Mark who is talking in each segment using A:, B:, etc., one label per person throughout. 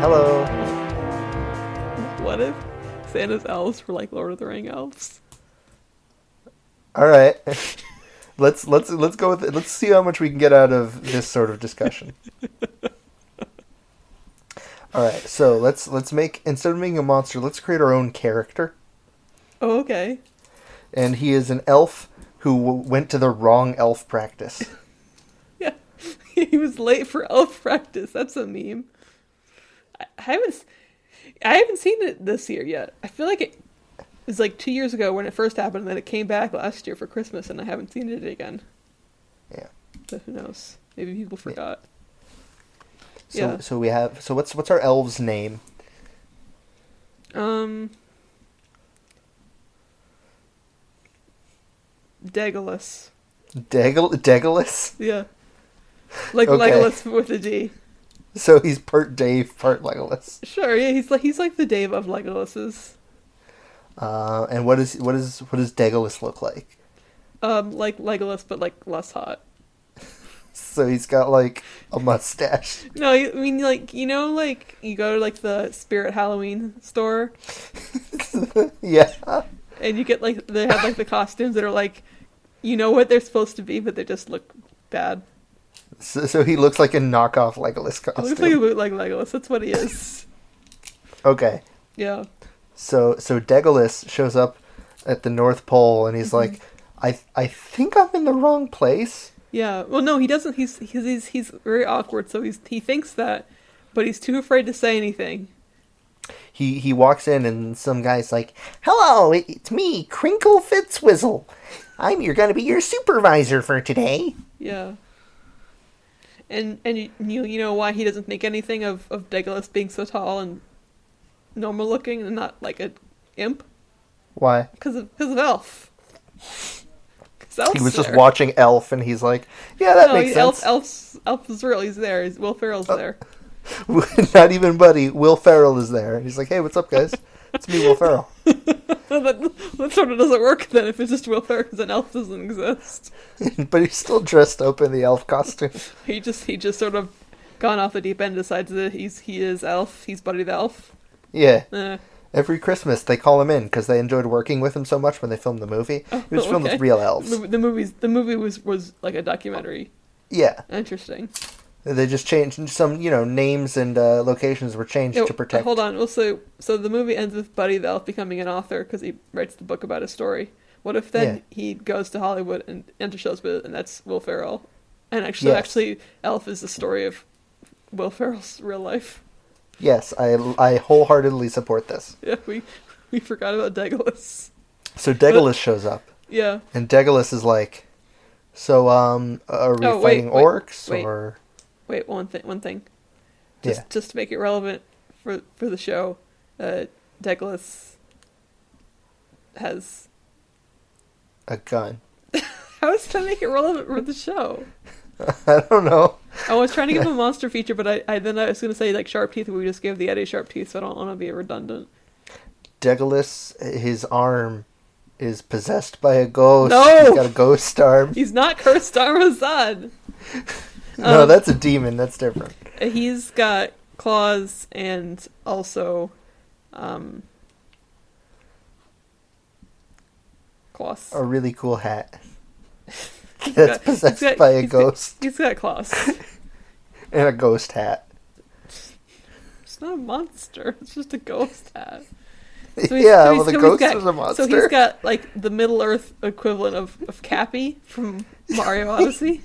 A: Hello.
B: What if Santa's elves were like Lord of the Ring elves?
A: All right. let's let's let's go with it. Let's see how much we can get out of this sort of discussion. All right. So let's let's make instead of making a monster, let's create our own character.
B: Oh, okay.
A: And he is an elf who w- went to the wrong elf practice.
B: Yeah. he was late for elf practice. That's a meme. I I haven't s- I haven't seen it this year yet. I feel like it was like 2 years ago when it first happened and then it came back last year for Christmas and I haven't seen it again.
A: Yeah.
B: So who knows? Maybe people forgot.
A: So
B: Yeah.
A: so we have so what's what's our elf's name?
B: Um Daedalus.
A: Degal Degalus.
B: Yeah. Like
A: Okay.
B: Legolas with a D.
A: So he's part Dave, part Legolas.
B: Sure, yeah, he's like he's like the Dave of Legolas's.
A: Uh, and what is what is what does Degalus look like?
B: Um, like Legolas, but like less hot.
A: So he's got like a mustache.
B: No, I I mean like you know, like you go to like the Spirit Halloween store
A: yeah.
B: and you get like they have like the costumes that are like, you know what they're supposed to be, but they just look bad.
A: So, so he looks like a knockoff Legolas
B: It
A: costume.
B: looks like a bootleg Legolas. That's what he is.
A: Okay.
B: Yeah.
A: So so Degalus shows up at the North Pole and he's
B: Mm-hmm.
A: like, I I think I'm in the wrong place.
B: Yeah. Well, no, he doesn't. He's he's he's, he's very awkward. So he's he thinks that, but he's too afraid to say anything.
A: He he walks in and some guy's like, "Hello, it- it's me, Crinkle Fitzwizzle. I'm you're gonna be your supervisor for today."
B: Yeah. And and you you you know why he doesn't think anything of of Degalus being so tall and normal looking and not like a imp
A: Why?
B: because of because of Elf. 'Cause Elf's
A: He was just
B: there.
A: watching Elf and he's like, "Yeah, that
B: Oh, No,
A: makes
B: he-
A: sense."
B: Elf
A: Oh.
B: Elf's Elf is real. He's there. He's, Will Ferrell's there.
A: Not even Buddy. Will Ferrell is there. He's like, "Hey, what's up, guys? it's me, Will Ferrell."
B: that, that sort of doesn't work then if it's just Will Ferrell because an elf doesn't exist.
A: but he's still dressed up in the elf costume.
B: He just he just sort of gone off the deep end. Decides that he's he is Elf. He's Buddy the Elf.
A: Yeah.
B: Eh.
A: Every Christmas they call him in because they enjoyed working with him so much when they filmed the movie. It was filmed
B: Oh, okay.
A: with real elves.
B: The, the movies the movie was was like a documentary.
A: Yeah,
B: Interesting.
A: they just changed some, you know, names and uh, locations were changed
B: No,
A: to
B: Oh,
A: protect.
B: uh, Hold on. Also, so the movie ends with Buddy the Elf becoming an author because he writes the book about his story. What if then
A: Yeah.
B: he goes to Hollywood and enters shows with, and that's Will Ferrell, and actually,
A: Yes.
B: actually, Elf is the story of Will Ferrell's real life.
A: Yes, I I wholeheartedly support this.
B: Yeah, we we forgot about Degalus. Uh,
A: So Degalus shows up,
B: Yeah.
A: and Degalus is like, "So, um, are we
B: Oh, wait,
A: fighting
B: wait,
A: orcs
B: wait.
A: or?"
B: Wait, one thing. One thing. Just
A: Yeah.
B: just to make it relevant for for the show, uh, Degalus has.
A: A gun.
B: How does that make it relevant for the show?
A: I don't know.
B: I was trying to give him a monster feature, but I, I then I was going to say like sharp teeth. We just give the Eddie sharp teeth, so I don't want to be redundant.
A: Degalus, his arm is possessed by a ghost.
B: No!
A: He's got a ghost arm.
B: He's not cursed Arazad.
A: no,
B: Um,
A: that's a demon. That's different.
B: Uh, He's got claws and also, um, claws.
A: A really cool hat.
B: He's
A: Oh, that's
B: got-
A: possessed
B: he's got-
A: by a
B: he's got-
A: ghost
B: He's got claws.
A: and a ghost hat.
B: It's not a monster. It's just a ghost hat. he's-
A: yeah,
B: so
A: well,
B: he's-
A: the
B: so he's
A: ghost
B: got-
A: is a monster.
B: So he's got like the Middle Earth equivalent of, of Cappy from Mario Odyssey.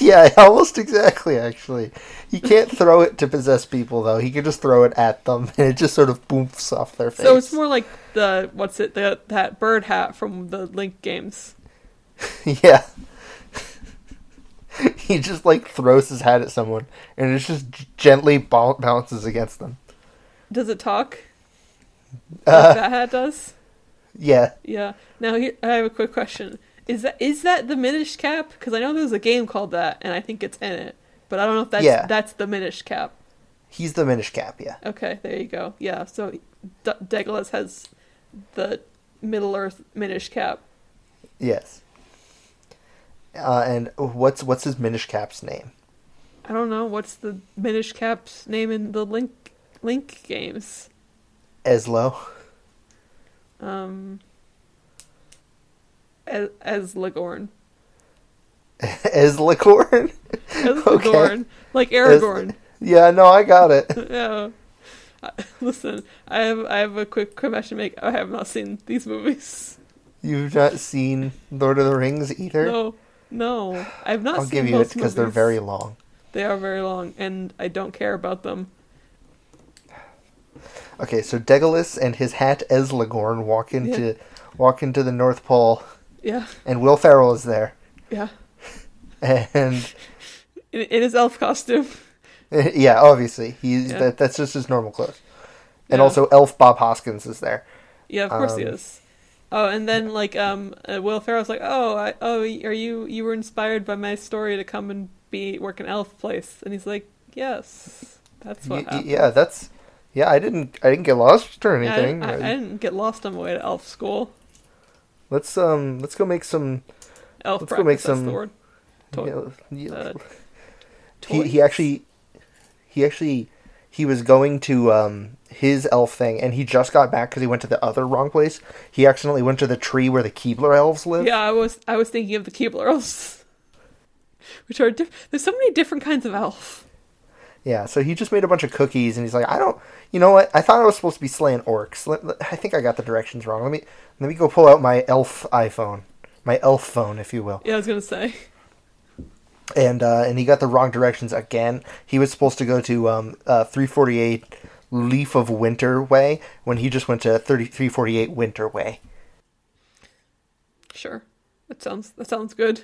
A: yeah, almost exactly. Actually, he can't throw it to possess people though. He can just throw it at them, and it just sort of boomps off their face.
B: So it's more like the what's it the that bird hat from the Link games.
A: yeah. he just like throws his hat at someone, and it just g- gently bou- bounces against them.
B: Does it talk?
A: Uh,
B: like that hat does.
A: yeah,
B: Yeah. Now here, I have a quick question. Is that is that the Minish cap? Because I know there's a game called that, and I think it's in it. But I don't know if that's
A: Yeah.
B: that's the Minish cap.
A: he's the Minish Cap. Yeah,
B: Okay, there you go. Yeah. So D- Degalus has the Middle Earth Minish cap.
A: yes. Uh, and what's what's his Minish Cap's name?
B: I don't know what's the Minish cap's name in the Link Link games.
A: Eslo.
B: Um, as, as Ligorn.
A: Eslacorn?
B: As
A: Okay.
B: Ligorn. Like Aragorn.
A: yeah, no, I got it.
B: Yeah. I- Listen, I have I have a quick confession to make. I have not seen these movies.
A: You've not seen Lord of the Rings either?
B: No, no, I have not.
A: I'll
B: seen
A: give you it
B: both
A: because they're
B: movies.
A: very long.
B: They are very long, and I don't care about them.
A: Okay, so Degalus and his hat Eslagorn walk into walk into the North Pole,
B: Yeah,
A: and Will Ferrell is there,
B: yeah.
A: and
B: In, in his elf costume.
A: yeah, obviously he's
B: Yeah.
A: that, that's just his normal clothes, and
B: Yeah.
A: also Elf Bob Hoskins is there.
B: Yeah, of course he
A: Um,
B: is. Oh, and then like um, uh, Will Ferrell's like, oh, I, oh, are you you were inspired by my story to come and be work an elf place? And he's like, yes, that's what
A: Y- y-
B: happened.
A: yeah, that's yeah. I didn't I didn't get lost or
B: Yeah, I
A: anything.
B: didn't- I, I didn't get lost on my way to elf school.
A: let's um let's go make some.
B: Elf
A: Let's go
B: practice,
A: make
B: that's
A: some-
B: the word. Toy-
A: yeah, yeah,
B: uh,
A: he
B: toys.
A: he actually he actually he was going to um his elf thing and he just got back because he went to the other wrong place he accidentally went to the tree where the keebler elves live
B: Yeah, I was I was thinking of the Keebler elves, which are diff- there's so many different kinds of elf.
A: Yeah, so he just made a bunch of cookies and he's like i don't you know what i thought i was supposed to be slaying orcs Let- let- i think i got the directions wrong let me let me go pull out my elf iphone my elf phone if you will
B: Yeah, I was gonna say.
A: and uh and he got the wrong directions again he was supposed to go to um uh 348 leaf of winter way when he just went to 3348 winter way
B: Sure. That sounds that sounds good.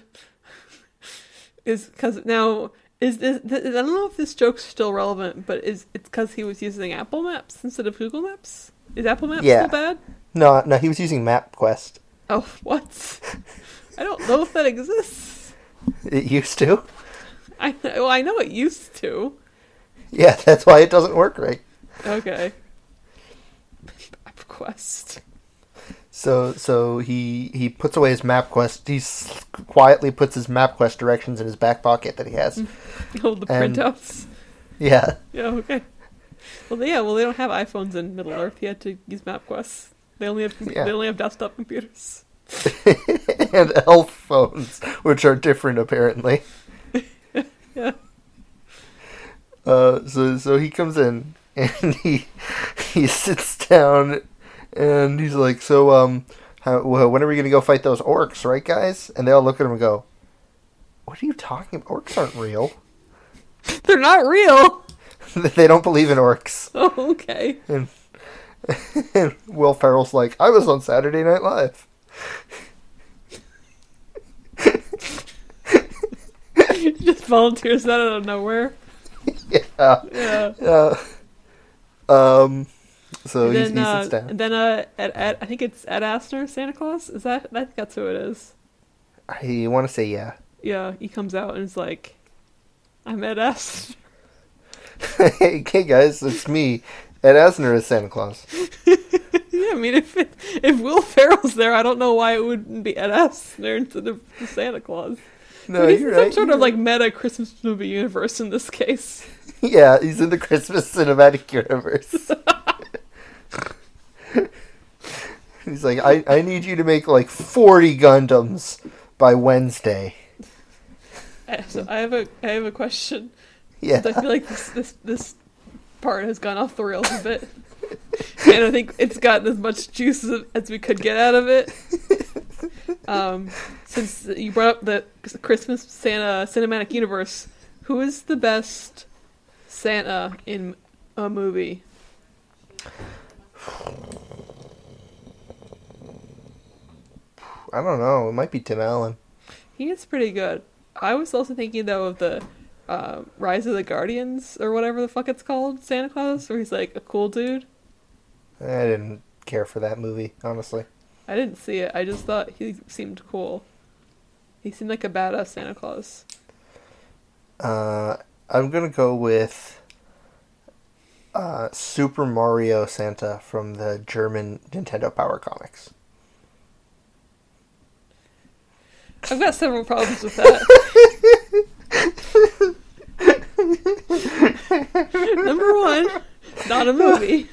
B: is because now is this th- I don't know if this joke's still relevant, but is it's because he was using Apple Maps instead of Google Maps? Is Apple Maps
A: Yeah.
B: still bad?
A: No, no, he was using MapQuest.
B: Oh, what? I don't know if that exists.
A: It used to.
B: I know, I know it used to.
A: Yeah, that's why it doesn't work right.
B: Okay. Quest.
A: So, so he he puts away his MapQuest. He s- quietly puts his MapQuest directions in his back pocket that he has.
B: Oh, the
A: And-
B: printouts.
A: Yeah,
B: Yeah, okay. Well, they- yeah. Well, they don't have iPhones in Middle Earth. He had to use MapQuest. They only have
A: Yeah.
B: they only have desktop computers.
A: and elf phones, which are different apparently.
B: Yeah.
A: Uh, so so he comes in and he he sits down and he's like, so um, how, wh- when are we gonna go fight those orcs, right, guys? And they all look at him and go, "What are you talking? about? Orcs aren't real."
B: They're not real.
A: they don't believe in orcs.
B: Oh, okay.
A: And, and Will Ferrell's like, I was on Saturday Night Live.
B: He Just volunteers that out of nowhere.
A: Yeah.
B: Yeah.
A: Uh, um. So
B: And
A: he's,
B: then,
A: he
B: uh,
A: sits down.
B: and then uh, at, at, I think it's Ed Asner, Santa Claus. Is that? I think that's who it is.
A: I want to say yeah.
B: Yeah, he comes out and is like, "I'm Ed Asner."
A: hey, hey guys, it's me, Ed Asner as Santa Claus.
B: yeah, I mean, if it, if Will Ferrell's there, I don't know why it wouldn't be Ed Asner instead of Santa Claus.
A: No,
B: But he's
A: you're
B: in some
A: right.
B: sort
A: you're
B: of like meta Christmas movie universe in this case.
A: right. yeah, he's in the Christmas cinematic universe. he's like, I, I need you to make like forty Gundams by Wednesday.
B: Uh, So I have a I have a question.
A: Yeah.
B: I feel like this this this part has gone off the rails a bit, and I think it's gotten as much juice as- as we could get out of it. Um, since you brought up the Christmas Santa cinematic universe, who is the best Santa in a movie?
A: I don't know. It might be Tim Allen.
B: He is pretty good. I was also thinking though of the uh, Rise of the Guardians or whatever the fuck it's called, Santa Claus, where he's like a cool dude.
A: I didn't care for that movie, honestly.
B: I didn't see it. I just thought he seemed cool. He seemed like a badass Santa Claus.
A: Uh, I'm gonna go with uh, Super Mario Santa from the German Nintendo Power Comics.
B: I've got several problems with that. Number one, not a movie.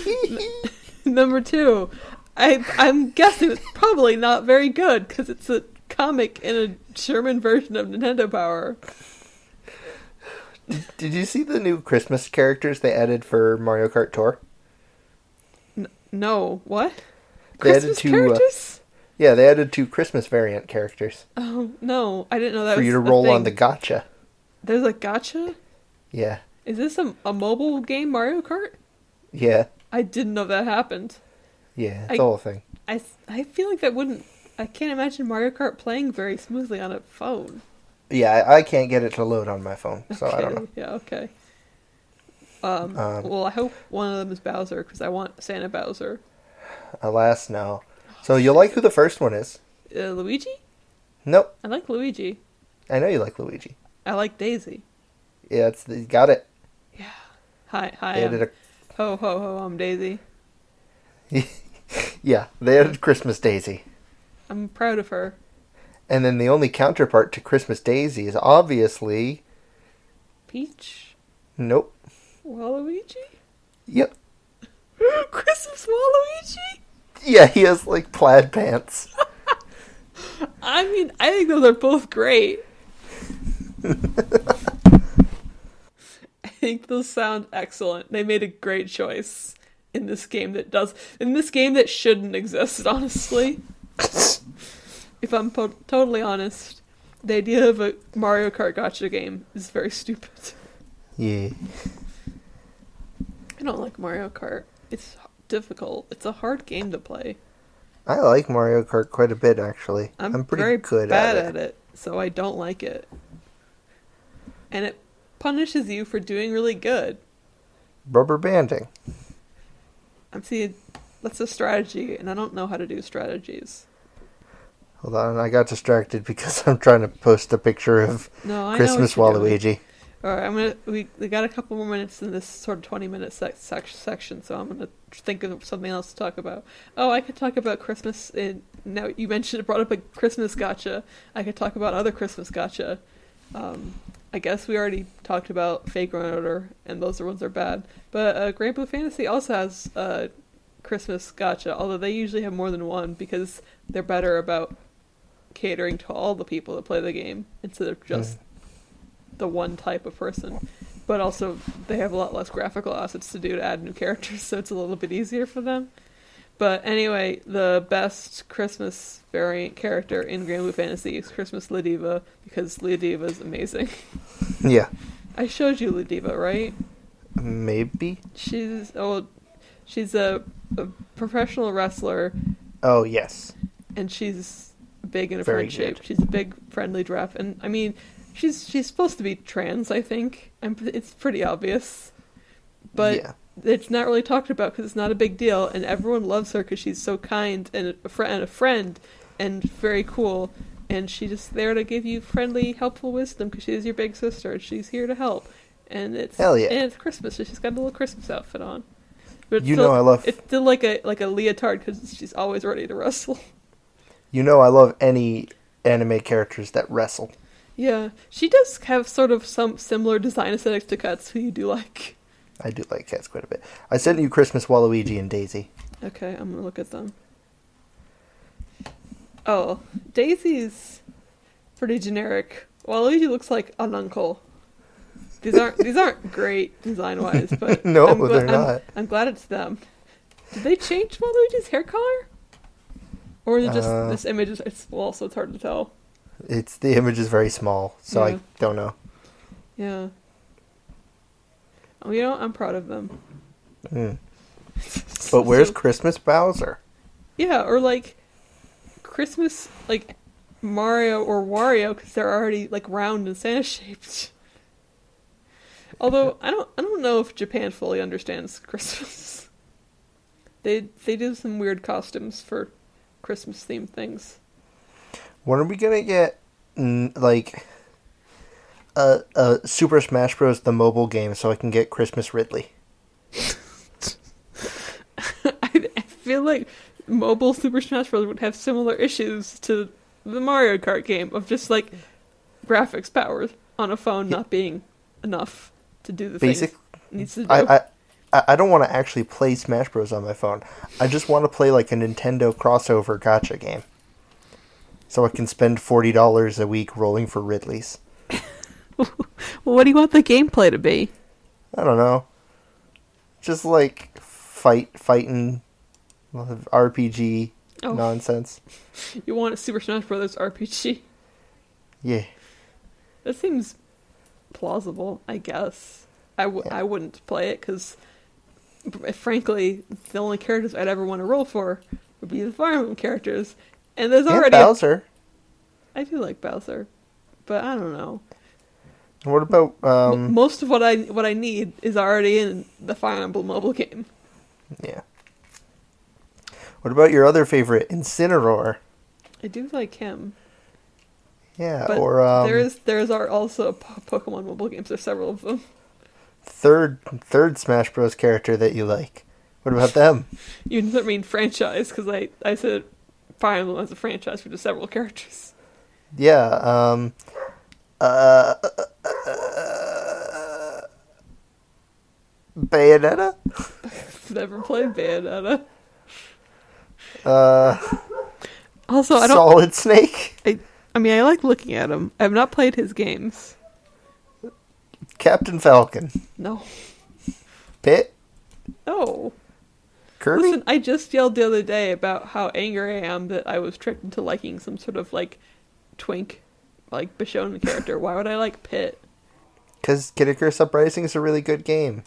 B: Number two, I I'm guessing it's probably not very good because it's a comic in a German version of Nintendo Power.
A: Did you see the new Christmas characters they added for Mario Kart Tour?
B: No, what?
A: They added
B: Christmas
A: two, uh,
B: characters?
A: Yeah, they added two Christmas variant characters
B: oh no, I didn't know that.
A: for
B: was
A: you to
B: a
A: roll on the
B: thing.
A: gotcha.
B: There's a gotcha.
A: Yeah,
B: Is this a, a mobile game Mario Kart?
A: yeah,
B: I didn't know that happened.
A: yeah. It's
B: I-
A: the whole thing.
B: I, s- I feel like that wouldn't. I can't imagine Mario Kart playing very smoothly on a phone.
A: Yeah, I, I can't get it to load on my phone, so I don't
B: Okay,
A: know.
B: Yeah, okay. Um,
A: Um,
B: well, I hope one of them is Bowser because I want Santa Bowser.
A: Alas, no. So you'll like who the first one is.
B: Uh, Luigi?
A: Nope,
B: I like Luigi.
A: I know you like Luigi.
B: I like Daisy.
A: Yeah, it's you got it.
B: Yeah. Hi, hi.
A: They added
B: I'm- Ho, ho, ho! I'm Daisy.
A: a, yeah, they added Christmas Daisy,
B: I'm proud of her.
A: and then the only counterpart to Christmas Daisy is obviously
B: Peach,
A: nope.
B: Waluigi,
A: Yep.
B: Christmas Waluigi.
A: Yeah, he has like plaid pants.
B: I mean, I think those are both great. I think those sound excellent. They made a great choice in this game that does in this game that shouldn't exist, honestly. if I'm po- totally honest, the idea of a Mario Kart gotcha game is very stupid.
A: Yeah.
B: I don't like Mario Kart. It's h- difficult. It's a hard game to play.
A: I like Mario Kart quite a bit, actually.
B: I'm,
A: I'm, pretty
B: very
A: good
B: bad
A: at it.
B: so I don't like it. And it punishes you for doing really good.
A: Rubber banding.
B: I'm seeing that's a strategy, and I don't know how to do strategies.
A: Hold on, I got distracted because I'm trying to post a picture of
B: No, I
A: Christmas
B: know what you're doing.
A: Waluigi.
B: All right, I'm gonna. We, we got a couple more minutes in this sort of 20 minute sec- sec- section, so I'm gonna think of something else to talk about. Oh, I could talk about Christmas. In now you mentioned brought up a Christmas gotcha. I could talk about other Christmas gotcha. Um, I guess we already talked about Fake Run Order, and those are ones that are bad. But uh, Grand Blue Fantasy also has uh, Christmas gotcha, although they usually have more than one because they're better about catering to all the people that play the game instead of just the one type of person. But also, they have a lot less graphical assets to do to add new characters, so it's a little bit easier for them. But anyway, the best Christmas variant character in Grand Blue Fantasy is Christmas Ladiva because Ladiva is amazing.
A: Yeah,
B: I showed you Ladiva, right?
A: maybe.
B: She's oh, she's a, a professional wrestler
A: Oh yes,
B: and she's big in a
A: Very
B: friend shape.
A: good.
B: She's a big friendly giraffe, and I mean, she's she's supposed to be trans. I think I'm, it's pretty obvious, but
A: Yeah.
B: it's not really talked about because it's not a big deal, and everyone loves her because she's so kind and a friend and a friend and very cool, and she's just there to give you friendly, helpful wisdom because she's your big sister. and She's here to help, and it's
A: Hell yeah.
B: and it's Christmas. So she's got a little Christmas outfit on. But it's
A: You
B: still-
A: know I love-
B: it's still like a like a leotard because she's always ready to wrestle.
A: you know I love any anime characters that wrestle.
B: Yeah, she does have sort of some similar design aesthetics to Cuts, who you do like.
A: I do like cats quite a bit. I sent you Christmas Waluigi and Daisy.
B: Okay, I'm gonna look at them. Oh, Daisy's pretty generic. Waluigi looks like an uncle. These aren't these aren't great design wise, but
A: No,
B: I'm gla- I'm-
A: they're not.
B: I'm glad it's them. Did they change Waluigi's hair color, or is it just
A: Uh,
B: this image? Is, it's well, so it's hard to tell.
A: It's the image is very small, so
B: Yeah.
A: I don't know.
B: Yeah. Oh, you know, I'm proud of them.
A: Mm. But where's
B: So-
A: Christmas Bowser?
B: Yeah, or like Christmas, like Mario or Wario, because they're already like round and Santa shaped. Although I don't, I don't know if Japan fully understands Christmas. They they do some weird costumes for Christmas themed things.
A: When are we gonna get mm, like a a Super Smash Bros. the mobile game so I can get Christmas Ridley?
B: I, I feel like mobile Super Smash Bros. would have similar issues to the Mario Kart game of just like graphics powers on a phone not being enough to do the
A: Basic.
B: things it needs to do.
A: I, I I, I don't want to actually play Smash Bros on my phone. I just want to play like a Nintendo crossover gotcha game, so I can spend forty dollars a week rolling for Ridleys.
B: well, what do you want the gameplay to be?
A: I don't know. Just like fight, fighting, RPG
B: Oh.
A: nonsense.
B: You want a Super Smash Brothers RPG?
A: Yeah.
B: That seems plausible, I guess. I, w-
A: Yeah.
B: I wouldn't play it because, frankly, the only characters I'd ever want to roll for would be the Fire Emblem characters, and there's
A: And
B: already a-
A: Bowser.
B: I do like Bowser, but I don't know.
A: And What about
B: M-
A: um?
B: Most of what I what I need is already in the Fire Emblem mobile game.
A: yeah. What about your other favorite, Incineroar?
B: I do like him,
A: Yeah,
B: but
A: or um,
B: there is there is are also po- Pokemon mobile games. There's several of them.
A: third third Smash Bros character that you like. What about them?
B: You didn't mean franchise because I I said Fire Emblem as a franchise for just several characters.
A: yeah. Um, uh, Bayonetta.
B: Never played Bayonetta.
A: Uh,
B: Also, I don't.
A: Solid Snake.
B: I, I mean, I like looking at him. I've not played his games.
A: Captain Falcon.
B: No.
A: Pit.
B: No.
A: Kirby.
B: Listen, I just yelled the other day about how angry I am that I was tricked into liking some sort of like twink, like Bashonen character. Why would I like Pit?
A: Because Kid Icarus Uprising is a really good game.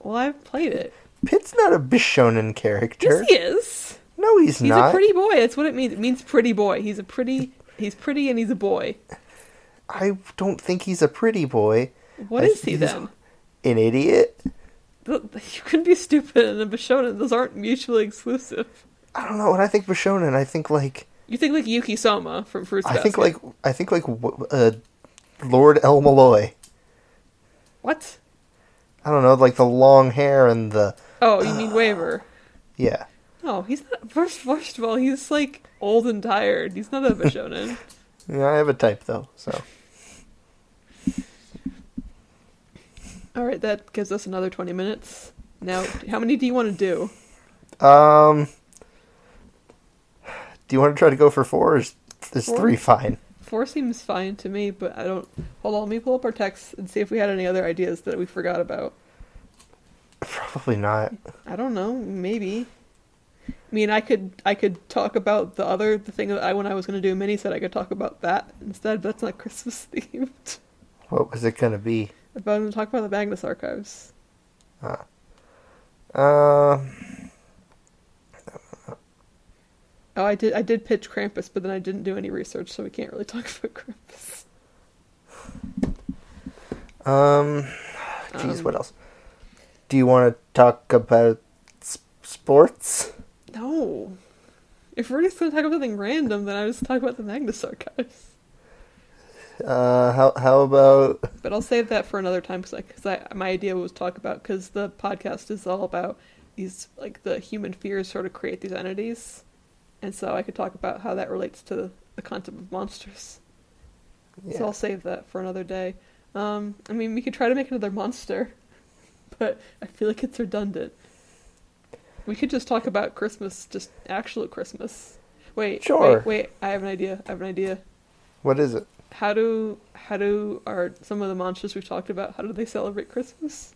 B: Well, I've played it.
A: Pit's not a Bishonen character.
B: Yes, he is.
A: No, he's,
B: He's
A: not.
B: a pretty boy. That's what it means. It means pretty boy. He's a pretty. He's pretty and he's a boy.
A: I don't think he's a pretty boy.
B: What
A: I-
B: is he
A: he's-
B: then?
A: An idiot.
B: Th- You can be stupid and a Bashonen. Those aren't mutually exclusive.
A: I don't know. When I think Bishonen, I think like
B: You think like Yuki Sama from Fruits
A: I think
B: Basket.
A: like I think like w- uh, Lord El Malloy.
B: what?
A: I don't know, like the long hair and the
B: Oh, you mean Waver?
A: yeah.
B: No, he's not. First, first of all, he's like old and tired. He's not a Bashonen.
A: Yeah, I have a type though, so
B: all right, that gives us another twenty minutes. Now, how many do you want to do?
A: um. Do you want to try to go for four? Or is, is
B: Four.
A: three fine?
B: Four seems fine to me, but I don't. Hold on, let me pull up our texts and see if we had any other ideas that we forgot about.
A: Probably not.
B: I don't know. Maybe. I mean, I could I could talk about the other the thing that I when I was going to do a mini set I could talk about that instead, but that's not Christmas themed.
A: What was it gonna be?
B: I'm going to talk about the Magnus archives.
A: Um.
B: Oh, I did. I did pitch Krampus, but then I didn't do any research, so we can't really talk about Krampus.
A: Um. Jeez,
B: Um,
A: what else? Do you want to talk about s- sports?
B: Um, No. If we're just gonna talk about something random, then I just talk about the Magnus archives.
A: Uh, how how about
B: But I'll save that for another time because I, 'cause I, my idea was talk about because the podcast is all about these like the human fears sort of create these entities, and so I could talk about how that relates to the concept of monsters. So
A: yeah.
B: I'll save that for another day. Um, I mean, we could try to make another monster, but I feel like it's redundant. We could just talk about Christmas, just actual Christmas. Wait,
A: Sure.
B: wait, wait. I have an idea. I have an idea.
A: what is it?
B: How do how do are some of the monsters we've talked about? How do they celebrate Christmas?